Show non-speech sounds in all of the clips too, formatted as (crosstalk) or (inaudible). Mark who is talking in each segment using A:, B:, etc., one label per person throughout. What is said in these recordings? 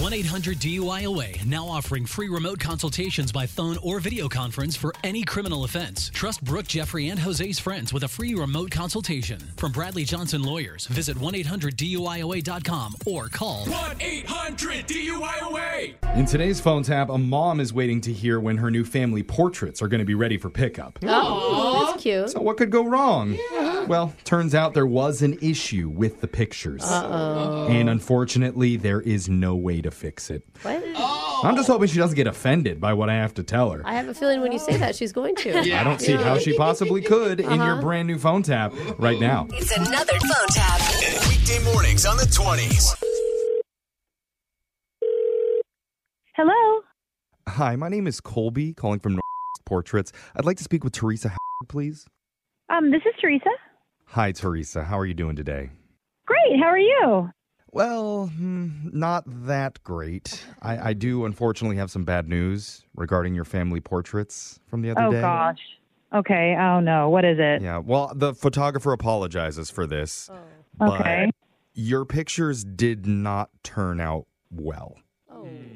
A: 1 800 DUIOA now offering free remote consultations by phone or video conference for any criminal offense. Trust Brooke, Jeffrey, and Jose's friends with a free remote consultation. From Bradley Johnson Lawyers, visit 1 800 DUIOA.com or call
B: 1 800 DUIOA.
C: In today's phone tap, a mom is waiting to hear when her new family portraits are going to be ready for pickup.
D: Oh, that's cute.
C: So, what could go wrong? Well, turns out there was an issue with the pictures.
D: Uh-oh.
C: And unfortunately, there is no way to fix it.
D: What?
C: I'm just hoping she doesn't get offended by what I have to tell her.
D: I have a feeling when you say that, she's going to.
C: I don't see how she possibly could in your brand new phone tap right now.
E: It's another phone tap.
F: Weekday mornings on the 20s.
G: Hello.
C: Hi, my name is Colby, calling from North Portraits. I'd like to speak with Teresa, Howard, please.
G: Um, this is Teresa.
C: Hi, Teresa. How are you doing today?
G: Great. How are you?
C: Well, hmm, not that great. I, I do unfortunately have some bad news regarding your family portraits from the other
G: Oh
C: day.
G: gosh. Okay. Oh no. What is it?
C: Yeah. Well, the photographer apologizes for this, but
G: Okay.
C: your pictures did not turn out well.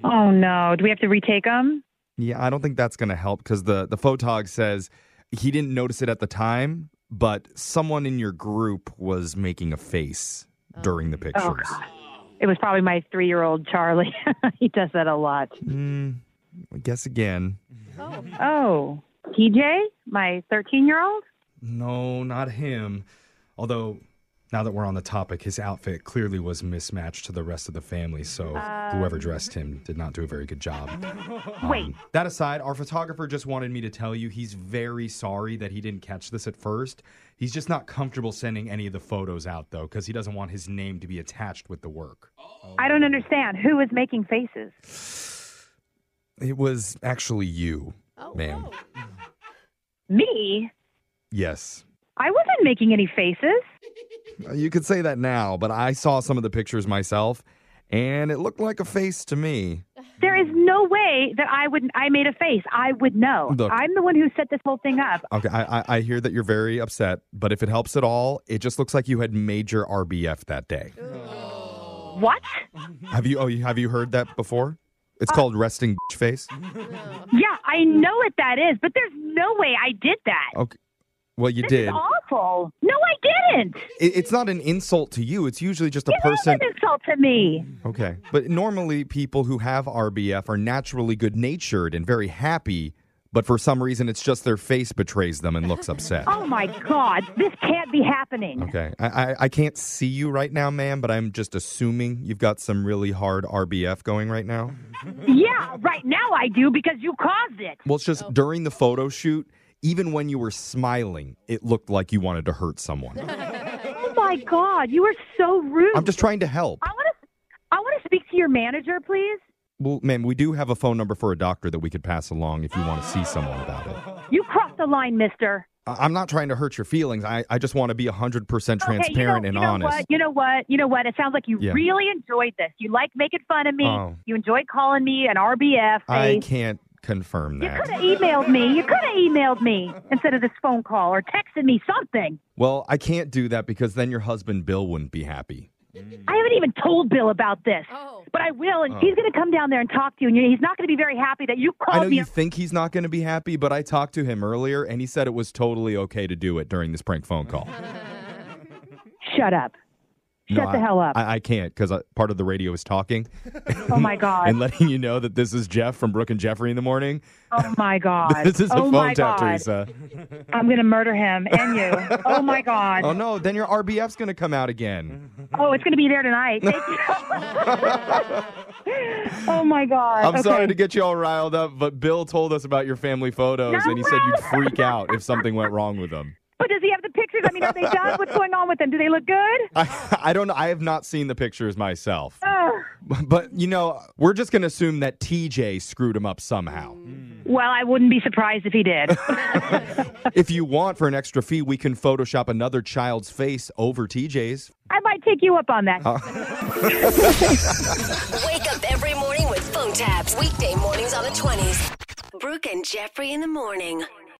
G: Oh no. Do we have to retake them?
C: Yeah, I don't think that's going to help because the the photog says he didn't notice it at the time, but someone in your group was making a face during the pictures.
G: It was probably my three-year-old Charlie. he does that a lot.
C: Mm, I guess again.
G: Oh, TJ, my thirteen-year-old.
C: No, not him. Although, now that we're on the topic, his outfit clearly was mismatched to the rest of the family, so whoever dressed him did not do a very
G: (laughs)
C: good job.
G: Um. Wait.
C: Um, that aside, our photographer just wanted me to tell you he's very sorry that he didn't catch this at first. He's just not comfortable sending any of the photos out, though, because he doesn't want his name to be attached with the work.
G: I don't understand. Who was making faces?
C: It was actually you,
H: Oh,
C: ma'am.
G: Me?
C: Yes.
G: I wasn't making any faces.
C: You could say that now, but I saw some of the pictures myself, and it looked like a face to me.
G: There is no way that I would. I made a face. I would know.
C: Look.
G: I'm the one who set this whole thing up.
C: Okay, I, I, I hear that you're very upset, but if it helps at all, it just looks like you had major RBF that day.
G: What?
C: Have you? Oh, you- have you heard that before? It's called resting bitch face.
G: Yeah, I know what that is, but there's no way I did that.
C: Okay. Well, you
G: This
C: did.
G: is awful. No, I didn't.
C: It, it's not an insult to you. It's usually just a
G: It is
C: person.
G: an insult to me.
C: Okay, but normally people who have RBF are naturally good-natured and very happy, but for some reason, it's just their face betrays them and looks upset.
G: Oh my God, this can't be happening.
C: Okay. I, I, I can't see you right now, ma'am, but I'm just assuming you've got some really hard RBF going right now.
G: Yeah, right now I do because you caused it.
C: Well, it's just during the photo shoot, even when you were smiling, it looked like you wanted to hurt someone.
G: (laughs) Oh my God, you are so rude.
C: I'm just trying to help.
G: I want to. I want to speak to your manager, please.
C: Well, ma'am, we do have a phone number for a doctor that we could pass along if you want to see someone about it.
G: You crossed the line, Mister.
I: I- I'm not trying to hurt your feelings. I, I just want to be 100% transparent
G: Okay, you know-
I: and
G: you know
I: honest.
G: What, you know what? You know what? It sounds like you
I: Yeah.
G: really enjoyed this. You like making fun of me.
I: Oh.
G: You enjoyed calling me an RBF.
I: I
G: face.
I: can't confirm
G: You
I: that.
G: could have emailed me. You could have emailed me instead of this phone call or texted me something.
I: Well, I can't do that because then your husband Bill wouldn't be happy.
G: I haven't even told Bill about this, but I will, and
I: Oh.
G: he's going to come down there and talk to you, and you- he's not going to be very happy that you
I: I
G: called
I: know
G: me.
I: you think he's not going to be happy, but I talked to him earlier and he said it was totally okay to do it during this prank phone call.
G: Shut up.
I: No,
G: Shut the
I: I-
G: hell up.
I: I, I can't because part of the radio is talking
G: oh my
I: (laughs) and
G: god.
I: letting you know that this is Jeff from Brooke and Jeffrey in the morning.
G: Oh my god.
I: (laughs) This is a
G: oh my
I: phone
G: god.
I: tap, Teresa.
G: I'm going to murder him and you. Oh my god.
I: Oh no, then your RBF's going to come out again.
G: Oh, it's going to be there tonight. Thank
I: (laughs)
G: you. oh my god.
I: I'm
G: okay.
I: sorry to get you all riled up, but Bill told us about your family photos and he said you'd freak out if something went wrong with them.
G: But does he have the pictures? I mean, are they done? What's going on with them? Do they look good?
I: I, I don't know. I have not seen the pictures myself.
G: (sighs) Ugh.
I: But, you know, we're just going to assume that TJ screwed him up somehow.
G: Well, I wouldn't be surprised if he did.
I: if you want for an extra fee, we can Photoshop another child's face over TJ's.
G: I might take you up on that.
J: Wake up every morning with phone taps. Weekday mornings on the 20s. Brooke and Jeffrey in the morning.